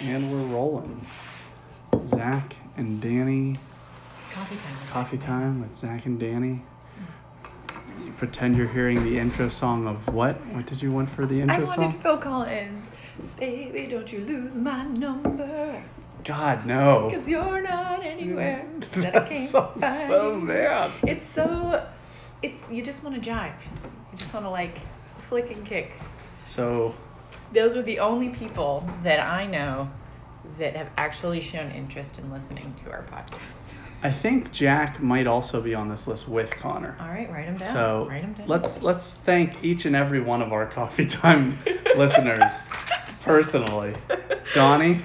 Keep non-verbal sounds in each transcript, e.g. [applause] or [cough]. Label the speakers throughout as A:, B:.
A: And we're rolling. Zach and Danny,
B: Coffee time.
A: coffee time with Zach and Danny. You pretend you're hearing the intro song of what? What did you want for the
B: I
A: intro
B: wanted
A: song?
B: Phil Collins. Baby, don't you lose my number.
A: God, no.
B: Because you're
A: [laughs]
B: not anywhere that I
A: That
B: can't
A: song's
B: find.
A: Oh. so bad.
B: It's so. It's you just want to jive. You just want to like flick and kick.
A: So,
B: Those are the only people that I know that have actually shown interest in listening to our podcast.
A: I think Jack might also be on this list with Connor.
B: All right, write them down.
A: So
B: write them down.
A: let's let's thank each and every one of our coffee time [laughs] listeners
B: [laughs]
A: personally. Donnie,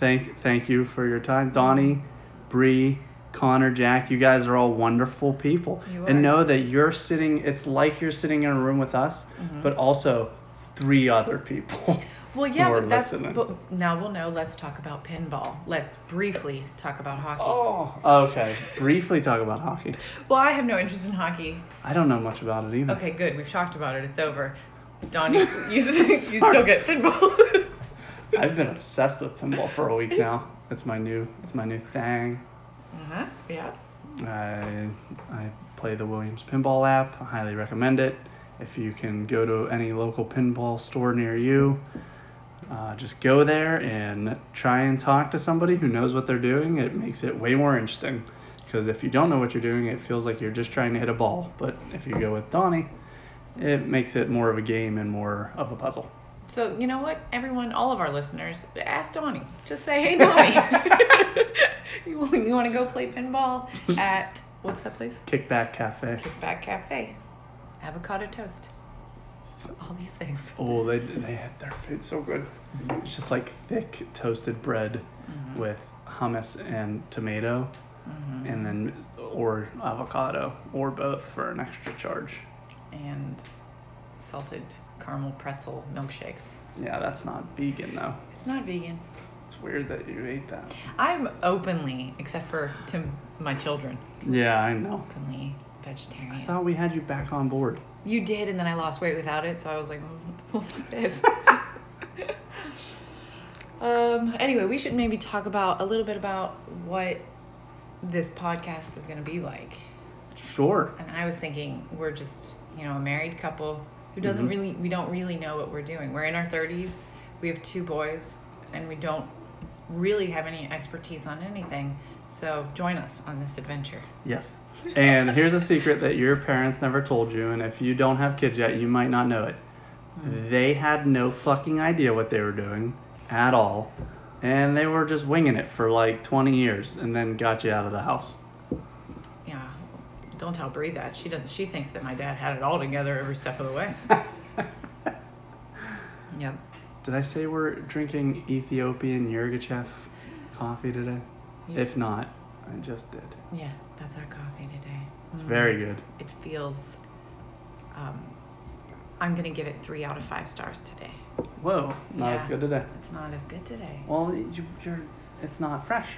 A: thank thank you for your time. Donnie, Bree, Connor, Jack, you guys are all wonderful people.
B: You
A: And
B: are.
A: know that you're sitting it's like you're sitting in a room with us,
B: Mm-hmm.
A: but also three other people. [laughs]
B: Well, yeah,
A: who are
B: but that's
A: listening.
B: but now we'll know. Let's talk about pinball. Let's briefly talk about hockey.
A: Oh, okay. Briefly talk about hockey.
B: Well, I have no interest in hockey.
A: I don't know much about it either.
B: Okay, good. We've talked about it. It's over. Donnie, you, you still get pinball.
A: I've been obsessed with pinball for a week now. It's my new it's my new thing.
B: uh-huh. Yeah.
A: I, I play the Williams Pinball app. I highly recommend it. If you can go to any local pinball store near you, uh, just go there and try and talk to somebody who knows what they're doing. It makes it way more interesting. Because if you don't know what you're doing, it feels like you're just trying to hit a ball. But if you go with Donnie, it makes it more of a game and more of a puzzle.
B: So you know what, everyone, all of our listeners, ask Donnie. Just say, "Hey, Donnie, [laughs] you, you want to go play pinball at what's that place?
A: Kickback Cafe.
B: Kickback Cafe, avocado toast, all these things."
A: Oh, they they had their food so good. It's just like thick toasted bread with hummus and tomato,
B: Mm-hmm.
A: and then or avocado or both for an extra charge.
B: and salted caramel pretzel milkshakes.
A: Yeah, that's not vegan though.
B: It's not vegan.
A: It's weird that you ate that.
B: I'm openly, except for to my children,
A: Yeah, I know.
B: openly
A: I
B: vegetarian.
A: thought we had you back on board.
B: You did, and then I lost weight without it, so I was like, "Well, fuck [laughs] this." um. Anyway, we should maybe talk about a little bit about what this podcast is going to be like.
A: Sure.
B: And I was thinking, we're just, you know, a married couple who doesn't
A: Mhm.
B: really, we don't really know what we're doing. We're in our 30s, we have two boys, and we don't really have any expertise on anything. So join us on this adventure.
A: Yes. And here's a secret that your parents never told you, and if you don't have kids yet, you might not know it. They had no fucking idea what they were doing at all, and they were just winging it for like 20 years and then got you out of the [laughs] house.
B: Yeah. Don't tell Brie that. She doesn't, she thinks that my dad had it all together every step of the way. yep.
A: Did I say we're drinking Ethiopian Yirgachev coffee today?
B: Yeah.
A: If not, I just did.
B: Yeah. That's our coffee today.
A: It's
B: Mm.
A: very good.
B: It feels, um, I'm going to give it three out of five stars today.
A: Whoa, not
B: Yeah.
A: as good today.
B: It's not as good today.
A: Well, you, you're, it's not fresh.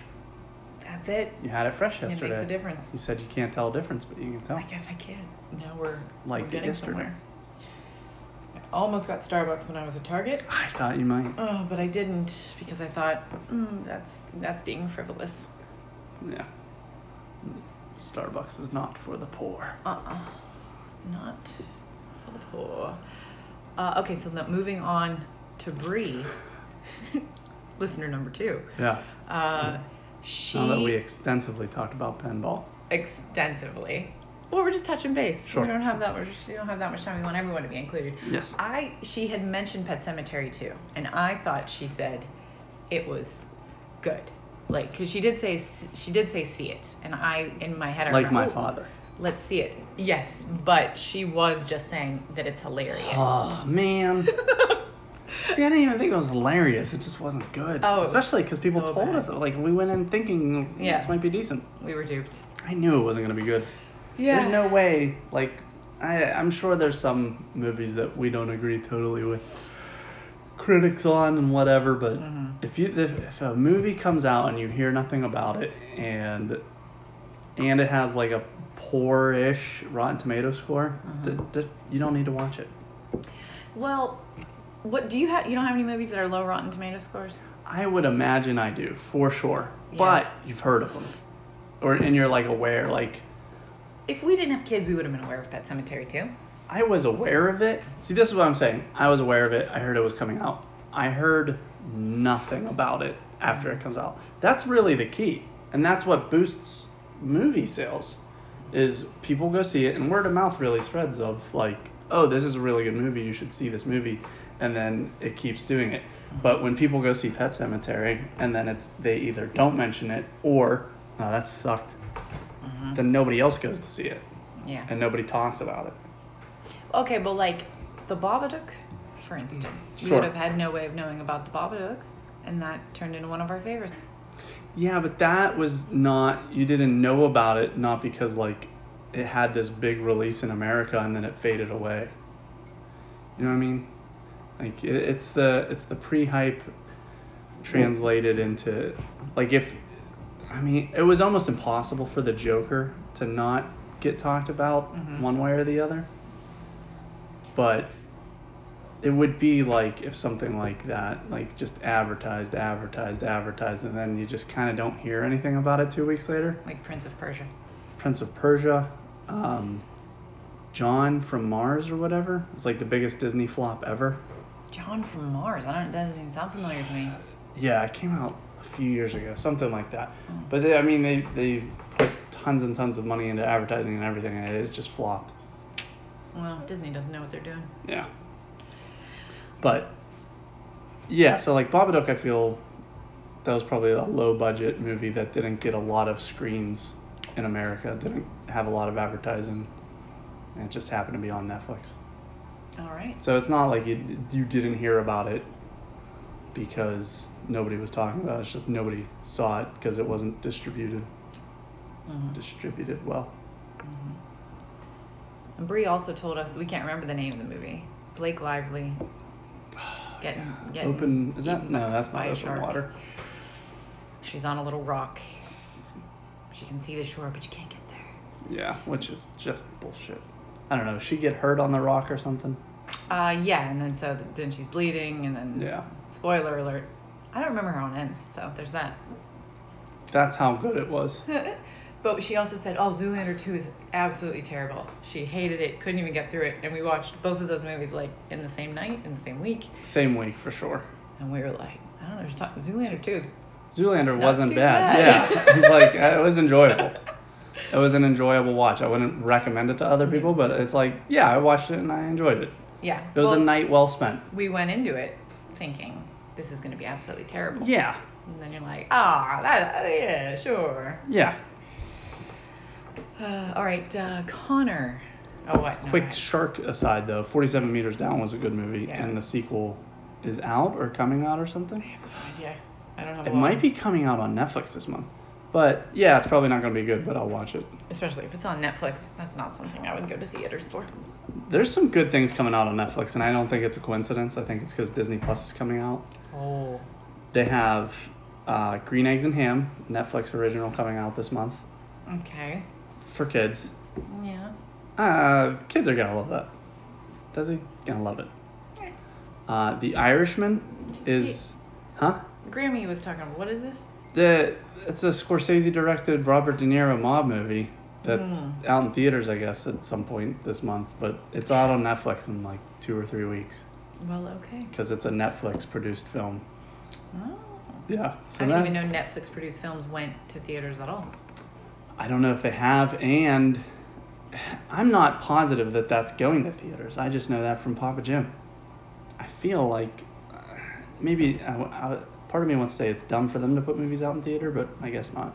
B: That's it.
A: You had it fresh yesterday.
B: It makes a difference.
A: You said you can't tell a difference, but you can tell.
B: I guess I can. Now we're
A: Like
B: we're
A: it
B: getting
A: yesterday.
B: somewhere. I almost got Starbucks when I was at Target.
A: I thought you might.
B: Oh, but I didn't because I thought mm, that's that's being frivolous.
A: Yeah. Starbucks is not for the poor. [laughs]
B: Uh uh not for the poor. Uh, okay, so now moving on to Bree, [laughs] listener number two.
A: Yeah.
B: Uh, she
A: Now that we extensively talked about pinball.
B: extensively. Well, we're just touching base.
A: Sure.
B: We don't have that. We're just, we don't have that much time. We want everyone to be included.
A: Yes.
B: I she had mentioned Pet Cemetery too, and I thought she said it was good, like because she did say s- she did say see it, and I in my head I
A: Like
B: remember,
A: my
B: "Oh,
A: father.
B: Let's see it. Yes, but she was just saying that it's hilarious.
A: Oh
B: [laughs]
A: man. See, I didn't even think it was hilarious. It just wasn't good.
B: Oh, it was
A: Especially because people
B: so
A: told
B: bad.
A: us that, like we went in thinking
B: Yeah.
A: this might be decent.
B: We were duped.
A: I knew it wasn't gonna be good.
B: Yeah.
A: There's no way. Like, I I'm sure there's some movies that we don't agree totally with critics on and whatever. But
B: Mm-hmm.
A: if you if, if a movie comes out and you hear nothing about it and and it has like a
B: Mm-hmm.
A: poor-ish Rotten Tomato score, d- d- you don't need to watch it.
B: Well, What do you have? You don't have any movies that are low Rotten Tomato scores?
A: I would imagine I do for sure,
B: Yeah.
A: but you've heard of them, or and you're like aware. Like
B: If we didn't have kids, we would have been aware of Pet Cemetery too.
A: I was aware of it. See, this is what I'm saying. I was aware of it. I heard it was coming out. I heard nothing about it after it comes out. That's really the key, and that's what boosts movie sales. Is people go see it, and word of mouth really spreads of like, oh, this is a really good movie. You should see this movie, and then it keeps doing it. But when people go see Pet Cemetery, and then it's they either don't mention it or, oh, that sucked. Then nobody else goes to see it,
B: Yeah.
A: and nobody talks about it.
B: Okay, but like the Babadook, for instance, we
A: Sure.
B: would have had no way of knowing about the Babadook, and that turned into one of our favorites.
A: Yeah, but that was not you didn't know about it not because like it had this big release in America and then it faded away. You know what I mean? Like it, it's the it's the pre-hype translated into like if I mean it was almost impossible for the Joker to not get talked about
B: Mhm.
A: one way or the other. But it would be like if something like that, like just advertised, advertised, advertised, and then you just kind of don't hear anything about it two weeks later.
B: Like Prince of Persia.
A: Prince of Persia, um, John from Mars or whatever. It's like the biggest Disney flop ever.
B: John from Mars. I don't. That doesn't even sound familiar to me.
A: Yeah, it came out a few years ago, something like that. But they, I mean, they they put tons and tons of money into advertising and everything, and it just flopped.
B: Well, Disney doesn't know what they're doing.
A: Yeah. But yeah, so like Babadook, I feel that was probably a low budget movie that didn't get a lot of screens in America, didn't have a lot of advertising, and it just happened to be on Netflix.
B: All right.
A: So it's not like you you didn't hear about it because nobody was talking about it. It's just nobody saw it because it wasn't distributed Mm-hmm.
B: Mhm.
A: distributed well.
B: And Brie also told us we can't remember the name of the movie. Blake Lively. Getting, getting
A: Open is that
B: eaten
A: no? That's not
B: by a
A: open
B: shark.
A: water.
B: She's on a little rock. She can see the shore, but you can't get there.
A: Yeah, which is just bullshit. I don't know. She get hurt on the rock or something.
B: Uh, yeah, and then so th- then she's bleeding, and then
A: Yeah,
B: spoiler alert. I don't remember how it ends, so there's that.
A: that's how good it was.
B: [laughs] But she also said, "Oh, Zoolander 2 is absolutely terrible. She hated it, couldn't even get through it." And we watched both of those movies like in the same night, in the same week,
A: Same week for sure.
B: and we were like, "I don't know, she's talking Zoolander 2 is
A: Zoolander
B: Not
A: wasn't
B: too
A: bad.
B: bad. [laughs]
A: Yeah, it's like it was enjoyable. It was an enjoyable watch. I wouldn't recommend it to other people, but it's like yeah, I watched it and I enjoyed it.
B: yeah."
A: It was
B: well,
A: a night well spent.
B: we went into it thinking this is going to be absolutely terrible.
A: Yeah,
B: And then you're like, "Ah, that, yeah, sure." [sighs]
A: yeah.
B: Uh, all right, uh, Connor. Oh, what? No,
A: Quick
B: I-
A: shark aside though, Forty Seven Meters Down was a good movie,
B: Yeah.
A: and the sequel is out or coming out or something.
B: I have no idea. I don't have. a
A: It
B: lot
A: might
B: of-
A: be coming out on Netflix this month. But yeah, it's probably not going to be good, but I'll watch it.
B: especially if it's on Netflix. That's not something I would go to theaters for.
A: There's some good things coming out on Netflix, and I don't think it's a coincidence. I think it's because Disney Plus is coming out.
B: Oh.
A: They have uh, Green Eggs and Ham, Netflix original coming out this month
B: Okay.
A: for kids.
B: Yeah.
A: Uh, kids are gonna love that. Desi gonna love it.
B: Eh.
A: Uh, the Irishman is, huh?
B: Grammy was talking about what is this?
A: The it's a Scorsese directed Robert De Niro mob movie that's
B: Mm.
A: out in theaters, I guess, at some point this month. But it's out on Netflix in like two or three weeks
B: Well, okay.
A: because it's a Netflix produced film.
B: Oh.
A: Yeah.
B: I didn't even
A: that's-
B: know Netflix produced films went to theaters at all.
A: I don't know if they have, and I'm not positive that that's going to theaters. I just know that from Papa Jim. I feel like uh, maybe I, I, part of me wants to say it's dumb for them to put movies out in theater, but I guess not.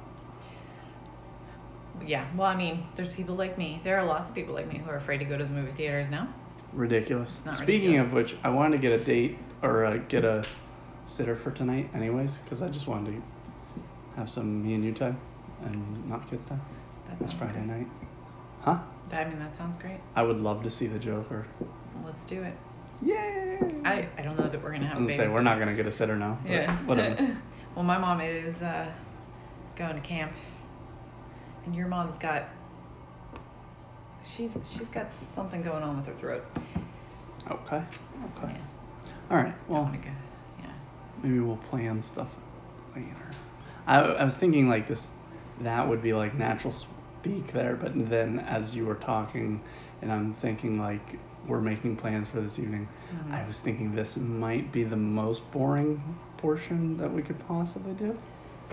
B: Yeah. Well, I mean, there's people like me. There are lots of people like me who are afraid to go to the movie theaters now.
A: Ridiculous.
B: It's not
A: Speaking
B: ridiculous.
A: of which, I wanted to get a date or uh, get a sitter for tonight, anyways, because I just wanted to have some me and you time and not kids time.
B: That
A: It's
B: sounds
A: Friday
B: great.
A: night. Huh?
B: I mean, that sounds great.
A: I would love to see the Joker.
B: Let's do it.
A: Yay!
B: I, I don't know that we're gonna have.
A: I'm
B: a
A: gonna say we're
B: babysitter.
A: not gonna get a sitter now. but
B: Yeah. [laughs]
A: Whatever.
B: well, my mom is uh, going to camp, and your mom's got she's she's got something going on with her throat.
A: Okay. Okay.
B: Yeah.
A: All right.
B: Don't
A: Well,
B: wanna go. Yeah.
A: maybe we'll plan stuff later. I, I was thinking like this, that would be like natural speak there, but then as you were talking, and I'm thinking like we're making plans for this evening,
B: Mhm.
A: I was thinking this might be the most boring portion that we could possibly do.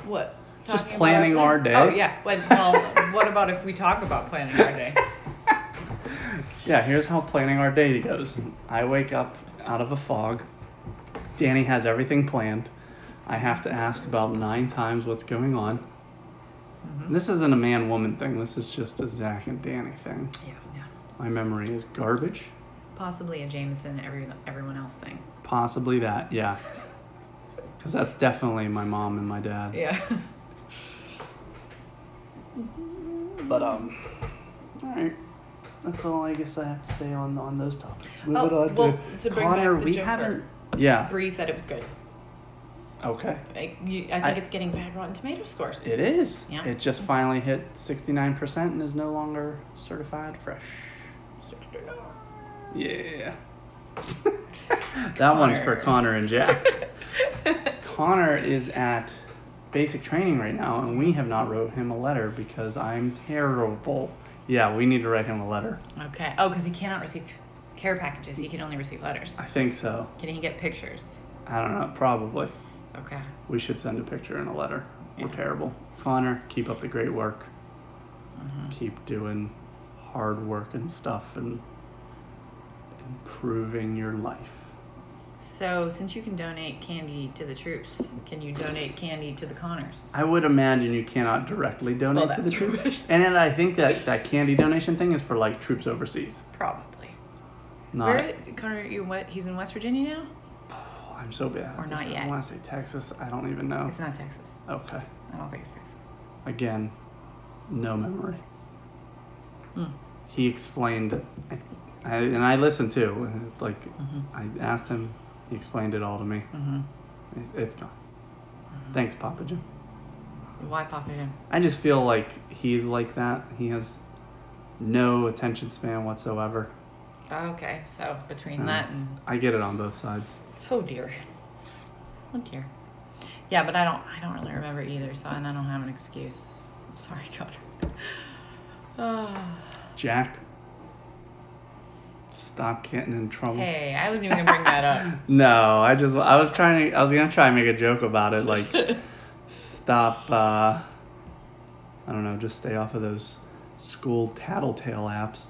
B: What?
A: Just
B: Talking about
A: planning our
B: plans? Oh
A: day?
B: yeah. When, well, [laughs] what about if we talk about planning
A: [laughs]
B: our day?
A: Yeah, here's how planning our day goes. I wake up out of a fog. Danny has everything planned. I have to ask about nine times what's going on.
B: Mhm.
A: This isn't a man woman thing, this is just a Zach and Danny thing.
B: Yeah, yeah.
A: My memory is garbage.
B: Possibly a Jameson, every everyone else thing.
A: Possibly that, yeah. Because that's definitely my mom and my dad.
B: Yeah.
A: But, um, alright. That's all I guess I have to say on, on those topics. Move
B: Oh,
A: it on
B: well,
A: to,
B: to bring back
A: Connor,
B: the
A: we
B: Joker.
A: haven't. Yeah.
B: [laughs] Bree said it was good.
A: Okay.
B: I, you, I think
A: I-
B: it's getting bad Rotten Tomato scores.
A: [laughs]
B: [laughs]
A: It is.
B: Yeah.
A: It just finally hit 69% and is no longer certified fresh. Yeah. [laughs] that one's for
B: Connor.
A: Connor and Jack.
B: [laughs]
A: Connor is at basic training right now, and we have not wrote him a letter because I'm terrible. Yeah, we need to write him a letter.
B: okay. Oh, because he cannot receive care packages. He can only receive letters.
A: I think so.
B: Can he get pictures?
A: I don't know. Probably.
B: Okay.
A: We should send a picture and a letter. We're
B: Yeah.
A: terrible. Connor, keep up the great work.
B: Mhm.
A: Keep doing hard work and stuff and improving your life.
B: So, since you can donate candy to the troops, can you donate candy to the Connors?
A: I would imagine you cannot directly donate to the
B: that's
A: troops.
B: rubbish.
A: And then I think that that candy donation thing is for like troops overseas.
B: [laughs] Probably.
A: Not
B: Where Connor? You what? He's in West Virginia now.
A: Oh, I'm so bad. at
B: Or
A: this.
B: not
A: I
B: yet.
A: want to say Texas. I don't even know.
B: It's not Texas.
A: Okay.
B: I don't think it's Texas.
A: Again, no memory.
B: Mm.
A: He explained, I, and I listened too. and, Like,
B: Mhm.
A: I asked him, he explained it all to me.
B: Mhm.
A: It, it's gone.
B: Mm-hmm.
A: Thanks, Papa Jim.
B: Why Papa Jim?
A: I just feel like he's like that. He has no attention span whatsoever.
B: Oh, okay. So between
A: And
B: that and
A: I get it on both sides.
B: oh dear, oh dear. Yeah, but I don't. I don't really remember either. So and I don't have an excuse. I'm sorry, [laughs] Connor.
A: Um,
B: Ah.
A: Jack, stop getting in trouble.
B: [sighs] hey, I wasn't even gonna bring that
A: [laughs]
B: up.
A: No, I just I was trying to I was gonna try and make a joke about it, like stop. Uh, I don't know, just stay off of those school tattletale apps.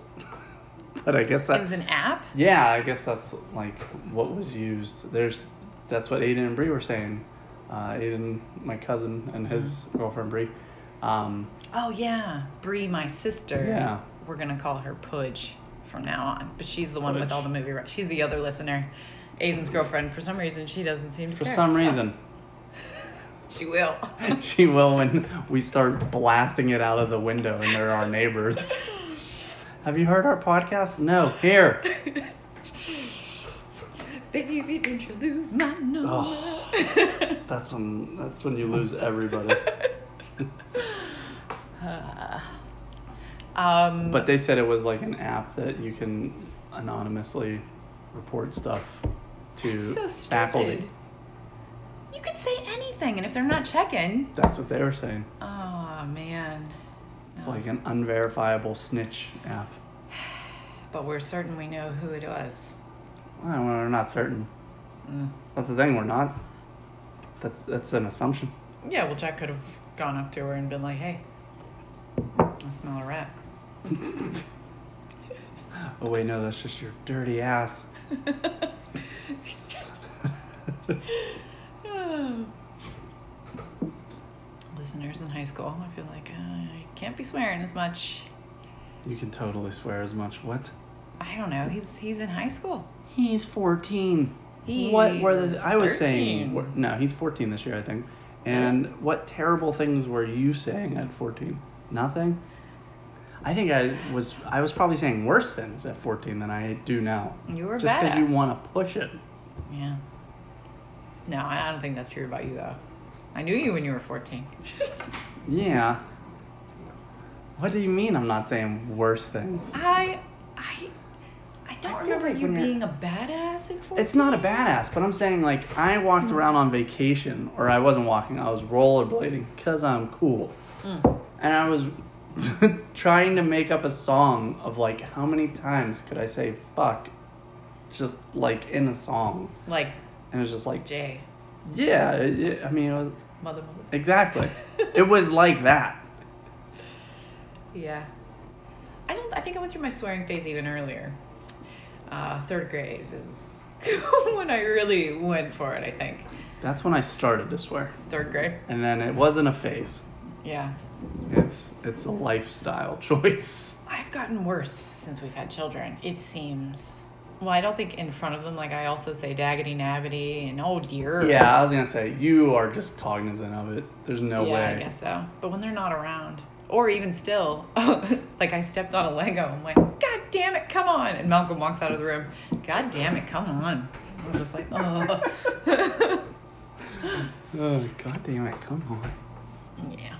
A: [laughs] but I guess
B: it
A: that
B: was an app.
A: yeah, I guess that's like what was used. There's that's what Aiden and Bree were saying. Uh, Aiden, my cousin, and his girlfriend Bree. Um,
B: Oh yeah, Bree, my sister.
A: Yeah.
B: We're gonna call her Pudge from now on, but she's the one with
A: Pudge.
B: all the movie. Re- she's the other listener. Aiden's girlfriend. For some reason, she doesn't seem to
A: for
B: care.
A: some reason, [laughs]
B: she will. [laughs]
A: she will when we start blasting it out of the window and they're our neighbors. Have you heard our podcast? No. Here.
B: Baby, don't you lose my number? [laughs]
A: That's when that's when you lose everybody.
B: [laughs] um,
A: but they said it was like an app that you can anonymously report stuff to
B: that's so stupid.
A: faculty.
B: You could say anything, and if they're not checking,
A: That's what they were saying.
B: oh man.
A: It's
B: No.
A: like an unverifiable snitch app.
B: But we're certain we know who it was.
A: Well, we're not certain.
B: Mm.
A: That's the thing. We're not. That's that's an assumption.
B: [laughs] Yeah, well, Jack could have gone up to her and been like, "Hey, I smell a rat." [laughs]
A: Oh wait, no, that's just your dirty ass. [laughs]
B: Listeners in high school, I feel like uh, I can't be swearing as much.
A: You can totally swear as much. What?
B: I don't know. He's he's in high school.
A: He's 14. what were the
B: He's
A: I was saying
B: 13.
A: were- no, he's 14 this year, I think. And what terrible things were you saying at 14? Nothing. I think I was I was probably saying worse things at 14 than I do now.
B: You were
A: Just
B: badass.
A: you want to push it.
B: Yeah. No, I I don't think that's true about you though. I knew you when you were
A: [laughs]
B: fourteen.
A: Yeah. What do you mean I'm not saying worse things?
B: I I I don't
A: I feel
B: remember
A: like
B: you
A: when you're-
B: being a badass at 14.
A: It's not a badass, but I'm saying like I walked around on vacation, or I wasn't walking. I was rollerblading because I'm cool,
B: Mm.
A: and I was [laughs] trying to make up a song of like how many times could I say fuck, just like in a song,
B: Like
A: and it was just like
B: Jay,
A: yeah. It, it- I mean, it was
B: mother, mother. [laughs]
A: exactly. it was like that.
B: Yeah. I don't. I think I went through my swearing phase even earlier. Uh, third grade is [laughs] when I really went for it. I think
A: That's when I started to swear,
B: third grade.
A: and then it wasn't a phase.
B: Yeah.
A: It's it's a lifestyle [laughs] choice.
B: I've gotten worse since we've had children. It seems. Well, I don't think in front of them. Like I also say daggedy nabbity and oh dear.
A: Yeah, I was gonna say you are just cognizant of it. There's no
B: yeah,
A: way.
B: I guess so. But when they're not around, or even still, [laughs] like I stepped on a Lego. I'm like, God damn it, come on! And Malcolm walks out of the room. God damn it, come on! I'm just like, oh.
A: Oh god damn it! Come on.
B: [laughs] yeah,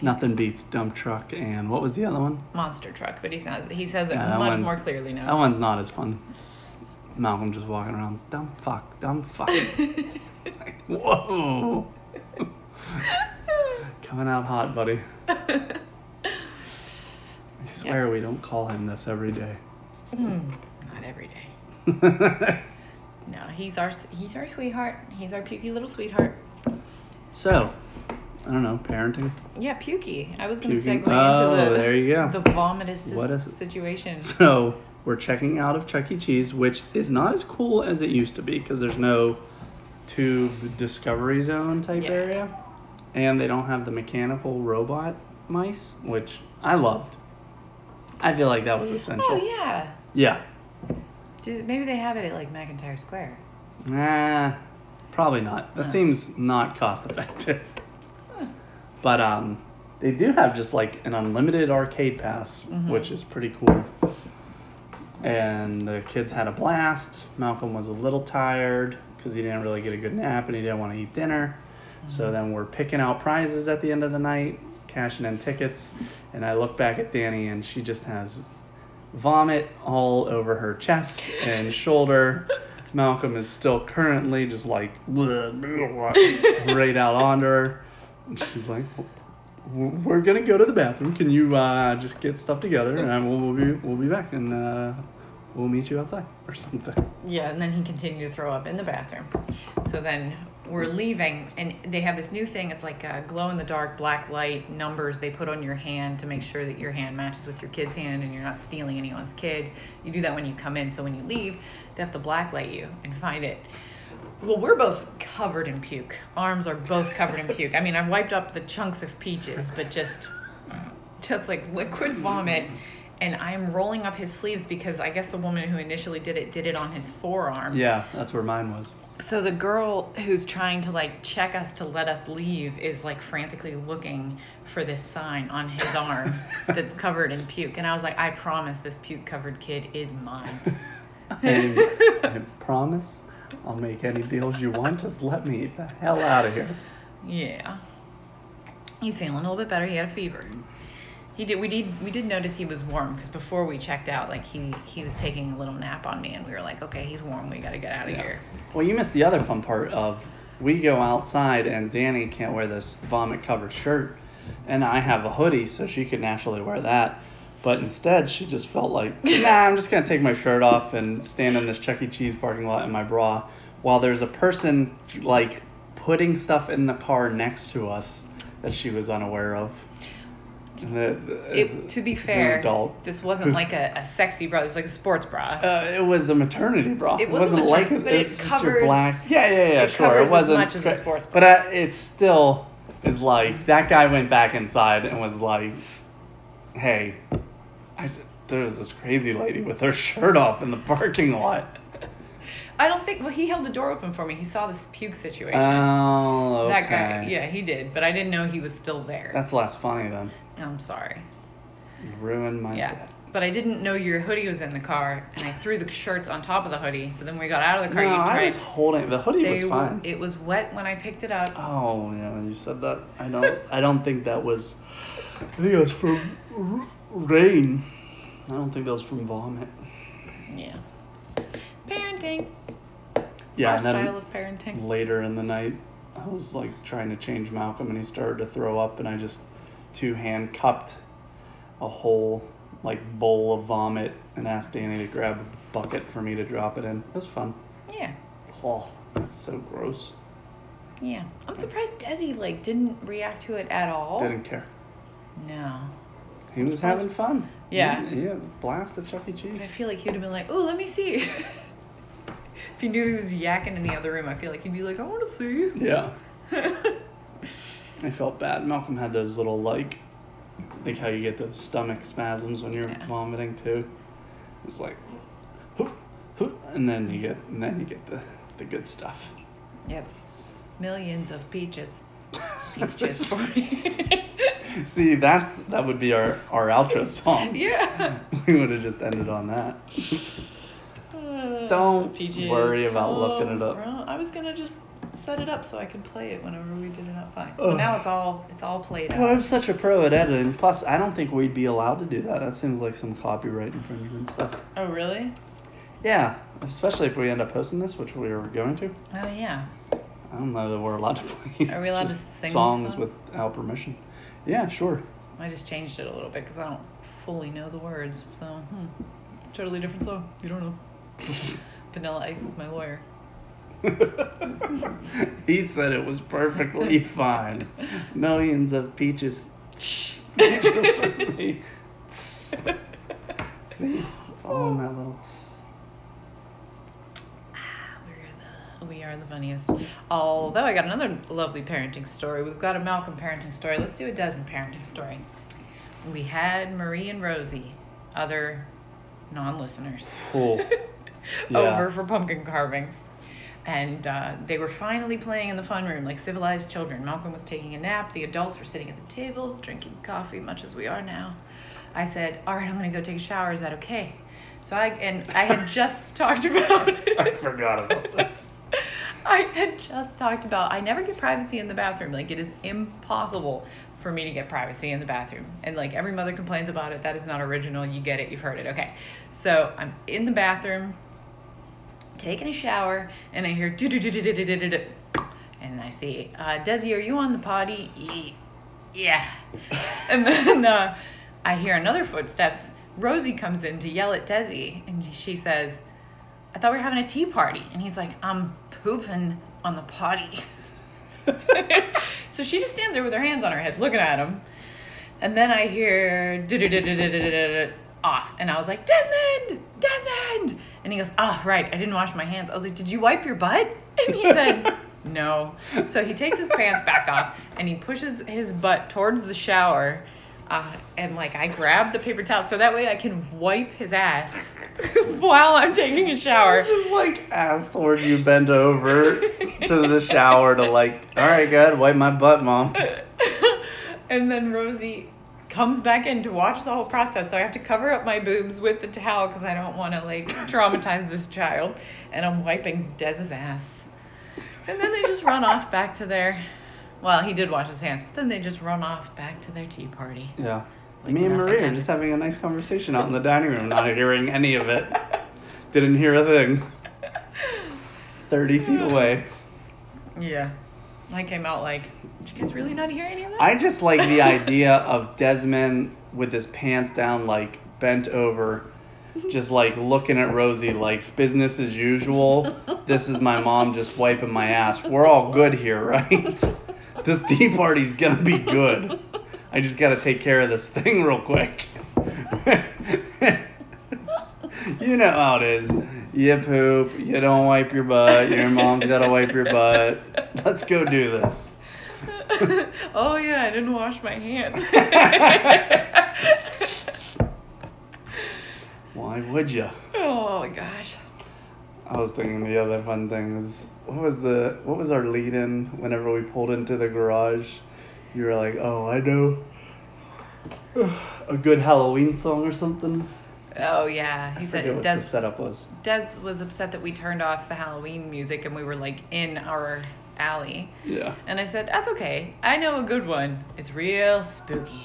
A: Nothing beats dump truck and what was the other one?
B: monster truck. But he says he says it
A: Yeah, that
B: much
A: one's-
B: more clearly
A: That
B: [laughs] now.
A: one's not as fun. Malcolm just walking around, dumb fuck, dumb
B: [laughs]
A: fuck. Like, Whoa! Coming out hot, buddy. I swear we don't call him this every day. [laughs]
B: Mm, not every day. No, he's our he's our sweetheart. He's our pukey little sweetheart.
A: so, I don't know, parenting.
B: Yeah, pukey. I was going to
A: Pukey.
B: segue into
A: Oh,
B: the
A: there you go.
B: the vomitous
A: What a-
B: situation.
A: So we're checking out of Chuck E. Cheese, which is not as cool as it used to be because there's no tube discovery zone type
B: Yeah.
A: area, and they don't have the mechanical robot mice, which I loved. I feel like that was [laughs] essential.
B: Oh yeah.
A: yeah.
B: Do, maybe they have it at like McIntyre Square.
A: Nah, probably not. That
B: No.
A: seems not cost effective. But um, they do have just like an unlimited arcade pass, which is pretty cool. And the kids had a blast. Malcolm was a little tired because he didn't really get a good nap and he didn't want to eat dinner. So then we're picking out prizes at the end of the night, cashing in tickets. And I look back at Danny and she just has vomit all over her chest and shoulder. Malcolm is still currently just like right out onto her. And she's like, "W- "We're gonna go to the bathroom. Can you uh, just get stuff together and we'll, we'll be we'll be back and uh, we'll meet you outside or something."
B: Yeah, and then he continued to throw up in the bathroom. So then we're leaving, and they have this new thing. It's like a glow in the dark black light numbers they put on your hand to make sure that your hand matches with your kid's hand and you're not stealing anyone's kid. You do that when you come in, so when you leave, they have to black light you and find it. Well, we're both covered in puke. Arms are both covered in puke. I mean, I wiped up the chunks of peaches, but just just like liquid vomit and i'm rolling up his sleeves because i guess the woman who initially did it did it on his forearm
A: Yeah, that's where mine was.
B: so the girl who's trying to like check us to let us leave is like frantically looking for this sign on his
A: [laughs]
B: arm that's covered in puke and i was like i promise this puke covered kid is mine
A: [laughs] And I promise I'll make any deals you want. Just let me the hell out of here.
B: yeah he's feeling a little bit better he had a fever he did we did we did notice he was warm because before we checked out like he he was taking a little nap on me and we were like okay he's warm we gotta get out of
A: Yeah.
B: here
A: Well, you missed the other fun part of we go outside and Danny can't wear this vomit covered shirt, and I have a hoodie, so she could naturally wear that. But instead, she just felt
B: [laughs]
A: like, nah, I'm just gonna take my shirt off and stand in this Chuck E. Cheese parking lot in my bra, while there's a person like putting stuff in the car next to us that she was unaware of. And the-
B: it, to be
A: it's an
B: fair,
A: adult.
B: this
A: [laughs]
B: wasn't like a, a sexy bra. It was like a sports bra.
A: Uh, it was a maternity bra.
B: It was a
A: not like
B: maternity- but
A: it's
B: it
A: just your
B: covers-
A: black. Yeah, yeah, yeah.
B: it
A: sure,
B: covers
A: it
B: as
A: wasn't
B: much as a sports
A: But I, it still is like that guy went back inside and was like, "Hey, I, s- there was this crazy lady with her shirt off in the parking lot."
B: I don't think. Well, he held the door open for me. He saw this puke situation.
A: Oh, okay.
B: That guy. Yeah, he did. But I didn't know he was still there.
A: That's less funny then.
B: I'm sorry.
A: You ruined my
B: Yeah.
A: day.
B: But I didn't know your hoodie was in the car, and I threw the shirts on top of the hoodie. So then when we got out of the
A: No,
B: car, you
A: I
B: tried.
A: was holding the hoodie was
B: They were-
A: fine.
B: It was wet when I picked it up.
A: Oh yeah, you said that. I don't. I don't think that was. I think it was from r- rain. I don't think that was from vomit.
B: Yeah. Parenting.
A: Yeah,
B: Our
A: and then
B: style of parenting.
A: later in the night, I was like trying to change Malcolm, and he started to throw up, and I just two hand cupped a whole like bowl of vomit and asked Danny to grab a bucket for me to drop it in. It was fun.
B: Yeah.
A: Oh, that's so gross.
B: Yeah. I'm surprised Desi like didn't react to it at all.
A: Didn't care.
B: No.
A: He was
B: Surprise.
A: having fun.
B: Yeah.
A: He, he had a blast at Chuck E.
B: I
A: Cheese.
B: feel like he'd have been like, "Oh, let me see." [laughs] if he knew he was yakking in the other room, I feel like he'd be like, "I want to see." [laughs]
A: Yeah. I felt bad. Malcolm had those little like, like how you get those stomach spasms when you're
B: Yeah.
A: vomiting too. It's like, hoop, hoop, and then you get and then you get the the good stuff.
B: yep. Millions of peaches. Peaches [laughs] for me.
A: [laughs] See, that's that would be our our outro song.
B: yeah.
A: [laughs] We would have just ended on that. Hmm.
B: Uh,
A: Don't worry about looking it up.
B: Oh, I was gonna just set it up so I could play it whenever we did it up fine. But now it's all it's all played
A: Well,
B: out.
A: I'm such a pro at editing. Plus, I don't think we'd be allowed to do that. That seems like some copyright infringement stuff.
B: Oh really?
A: Yeah, especially if we end up posting this, which we are going to.
B: Oh yeah.
A: I don't know that we're allowed to [laughs] play.
B: Are we allowed to
A: just
B: sing
A: songs,
B: songs?
A: without permission? Yeah, sure. [laughs]
B: I just changed it a little bit because I don't fully know the words. So hmm. it's a totally different song. You don't know. Vanilla Ice is my lawyer.
A: he said it was
B: [laughs]
A: perfectly fine. Millions of peaches. Just with me. [laughs] See, it's all in that little.
B: Ah, We're the- We are the funniest. Although I got another lovely parenting story. We've got a Malcolm parenting story. Let's do a Desmond parenting story. We had Marie and Rosie, other non listeners, [laughs]
A: Cool. Yeah.
B: over for pumpkin carvings. And uh, they were finally playing in the fun room like civilized children. Malcolm was taking a nap. The adults were sitting at the table drinking coffee, much as we are now. I said, All right, I'm going to go take a shower. Is that okay? So I, and I had just [laughs] talked about
A: [laughs] [laughs] I forgot about
B: [laughs]
A: this.
B: I had just talked about I never get privacy in the bathroom. Like it is impossible for me to get privacy in the bathroom. And like every mother complains about it. That is not original. You get it. You've heard it. Okay. So I'm in the bathroom taking a shower and I hear do do do do do do do do and I say, uh, Desi, are you on the potty? "Ye- Yeah. [laughs] and then uh, I hear another footsteps. Rosie comes in to yell at Desi and she says, I thought we were having a tea party. And he's like, I'm pooping on the potty. so she just stands there with her hands on her head looking at him. And then I hear "Du-du-du-du-du-du-du-du-du," off. And I was like, Desmond! Desmond! And he goes, Oh, right. I didn't wash my hands. I was like, Did you wipe your butt? And he said, No. So he takes his pants back off and he pushes his butt towards the shower. Uh, and like I grab the paper towel so that way I can wipe his ass while I'm taking a shower.
A: I just like asked toward you bend over to the shower to like, all right, God, wipe my butt, mom.
B: [laughs] and then Rosie comes back in to watch the whole process. So I have to cover up my boobs with the towel because I don't want to like traumatize this child. And I'm wiping Dez's ass. And then they just run off back to their. Well, he did wash his hands, but then they just run off back to their tea party.
A: Yeah.
B: Like
A: Me and
B: nothing
A: Marie are
B: happened.
A: just having a nice conversation out in the dining room, not hearing any of it. Didn't hear a thing. 30 feet away.
B: Yeah. I came out like, did you guys really not hear any of that?
A: I just like the idea of Desmond with his pants down, like bent over, just like looking at Rosie, like business as usual. This is my mom just wiping my ass. We're all good here, right? [laughs] This tea party's gonna be good. I just gotta take care of this [laughs] thing real quick. you know how it is. You poop, you don't wipe your butt, your mom's gotta wipe your butt. Let's go do this.
B: [laughs] oh yeah, I didn't wash
A: [laughs]
B: my hands. [laughs]
A: Why would you?
B: oh my gosh.
A: I was thinking the other fun thing was what was the what was our lead in whenever we pulled into the garage? You were like, Oh, I know a good Halloween song or something.
B: Oh yeah, he
A: I forget
B: said
A: what
B: Des
A: the setup was.
B: Des was upset that we turned off the Halloween music and we were like in our alley.
A: Yeah.
B: And I said, "That's okay. I know a good one. It's real spooky."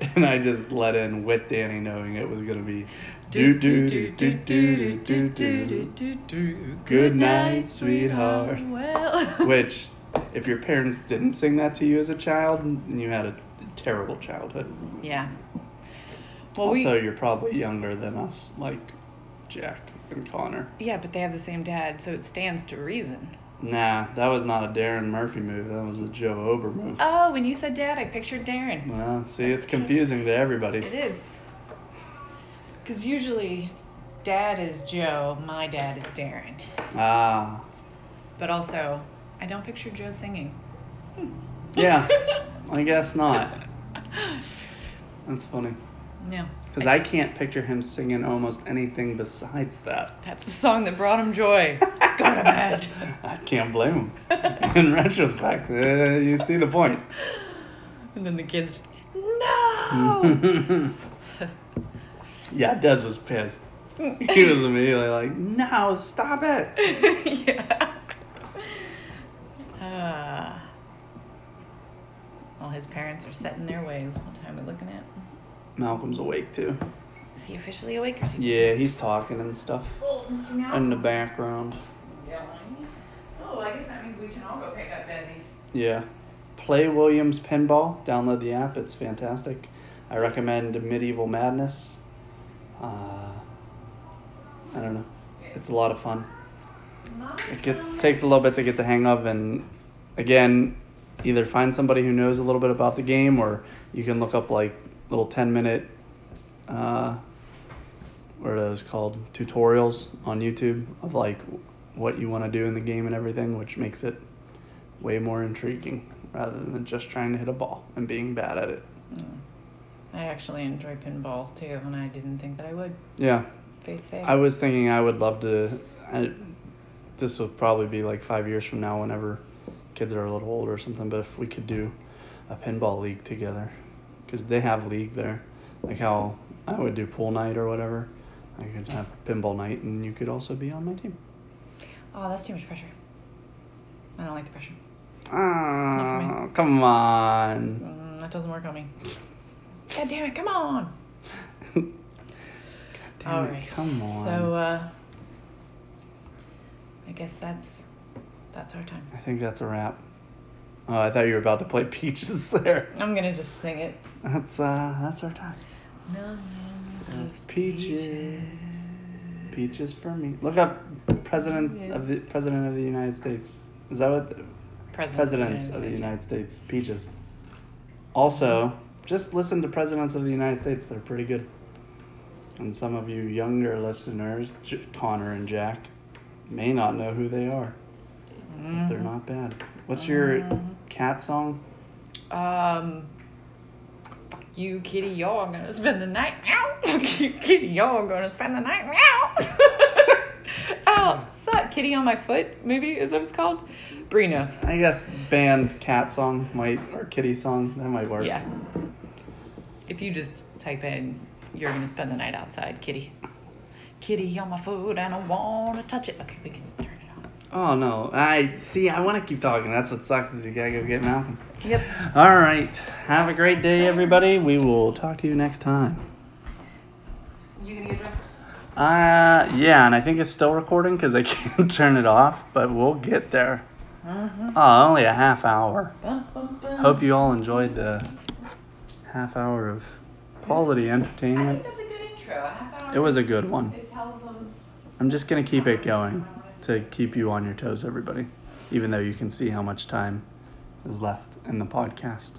A: [laughs] and I just let in with Danny, knowing it was gonna be do do do do do do do do.
B: do.
A: Good night, sweetheart.
B: Well. [laughs]
A: Which, if your parents didn't sing that to you as a child, then you had a terrible childhood.
B: Yeah. Well,
A: Also,
B: we
A: you're probably younger than us, like Jack and Connor.
B: yeah, but they have the same dad, so it stands to reason.
A: Nah, that was not a Darren Murphy move. That was a Joe Ober move.
B: Oh, when you said dad, I pictured Darren.
A: Well, see,
B: That's
A: it's confusing to
B: It
A: everybody.
B: is. Because usually, dad is Joe, my dad is Darren.
A: Ah,
B: But also, I don't picture Joe singing.
A: yeah, I guess not. That's funny.
B: [laughs] Yeah.
A: Because I can't picture him singing almost anything besides that.
B: That's the song that brought him [laughs] joy. Go to bed.
A: I can't blame him. In retrospect, eh, you see the point.
B: [laughs] And then the kids just, no! [laughs]
A: [laughs] yeah, Des was pissed. He was immediately like, no, stop it.
B: yeah. Uh, well, his parents are set in their ways. What time are we looking at?
A: Malcolm's awake too.
B: Is he officially awake or is he just-
A: Yeah, he's talking and stuff
B: Oh, Mr.
A: in
B: Malcolm.
A: the background.
B: Oh, I guess that means we can all go pick up Desi.
A: Yeah. Play Williams Pinball. Download the app, it's fantastic. I recommend Medieval Madness. Uh, I don't know. It's a lot of fun. It gets, takes a little bit to get the hang of, and again, either find somebody who knows a little bit about the game, or you can look up like little ten minute, uh, what are those called? Tutorials on YouTube of like what you want to do in the game and everything, which makes it way more intriguing rather than just trying to hit a ball and being bad at it.
B: I actually enjoy pinball too, and I didn't think that I would.
A: Yeah,
B: Faith say.
A: I was thinking I would love to. I, this will probably be like five years from now, whenever kids are a little older or something. But if we could do a pinball league together, because they have league there, like how I would do pool night or whatever. I could have pinball night, and you could also be on my team.
B: oh, that's too much pressure. I don't like the pressure. not for me.
A: Ah, come on. [laughs]
B: Mm, that doesn't work on me. God damn it! Come on.
A: Damn
B: all
A: it,
B: right.
A: Come on.
B: So, uh, I guess that's that's our time.
A: I think that's a wrap. Oh, I thought you were about to play [laughs] peaches there.
B: I'm gonna just sing it.
A: That's uh, that's our time.
B: Millions
A: of peaches. Peaches for me. Look up president of the president of the United States. Is that what? Presidents of the United States. Peaches. Also, just listen to presidents of the United States. They're pretty good. And some of you younger listeners, J- Connor and Jack, may not know who they are. But they're not bad. What's your cat song?
B: Um, fuck you, kitty, y'all are gonna spend the night meow. [laughs] Fuck you, kitty, y'all are gonna spend the night meow. [laughs] oh, is that kitty on my foot? Maybe is that what it's called? Brinos.
A: I guess band cat song might or kitty song that might work.
B: Yeah. If you just type in, you're gonna spend the night outside, kitty. Kitty on my foot, and I wanna touch it. Okay, we can turn it off.
A: Oh no! I see. I want to keep talking. That's what sucks is you gotta go get Malcolm.
B: Yep.
A: All right. Have a great day, everybody. We will talk to you next time.
B: You gonna get dressed?
A: Uh, yeah, and I think it's still recording because I [laughs] can't turn it off, but we'll get there. Oh, only a half hour.
B: Bum, bum, bum.
A: Hope you all enjoyed the half hour of quality
B: I think
A: entertainment.
B: that's a good intro. A half hour.
A: It was a good one.
B: It tells them.
A: I'm just gonna keep it going to keep you on your toes, everybody. Even though you can see how much time is left in the podcast.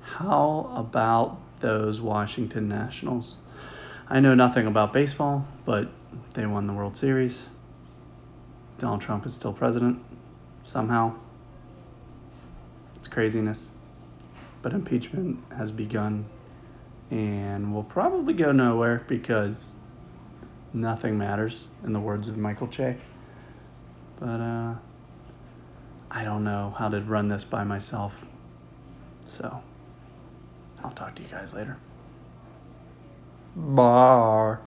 A: How about those Washington Nationals? I know nothing about baseball, but they won the World Series. Donald Trump is still president somehow. It's craziness. But impeachment has begun and will probably go nowhere because nothing matters, in the words of Michael Che. But uh, I don't know how to run this by myself. So I'll talk to you guys later. Bye.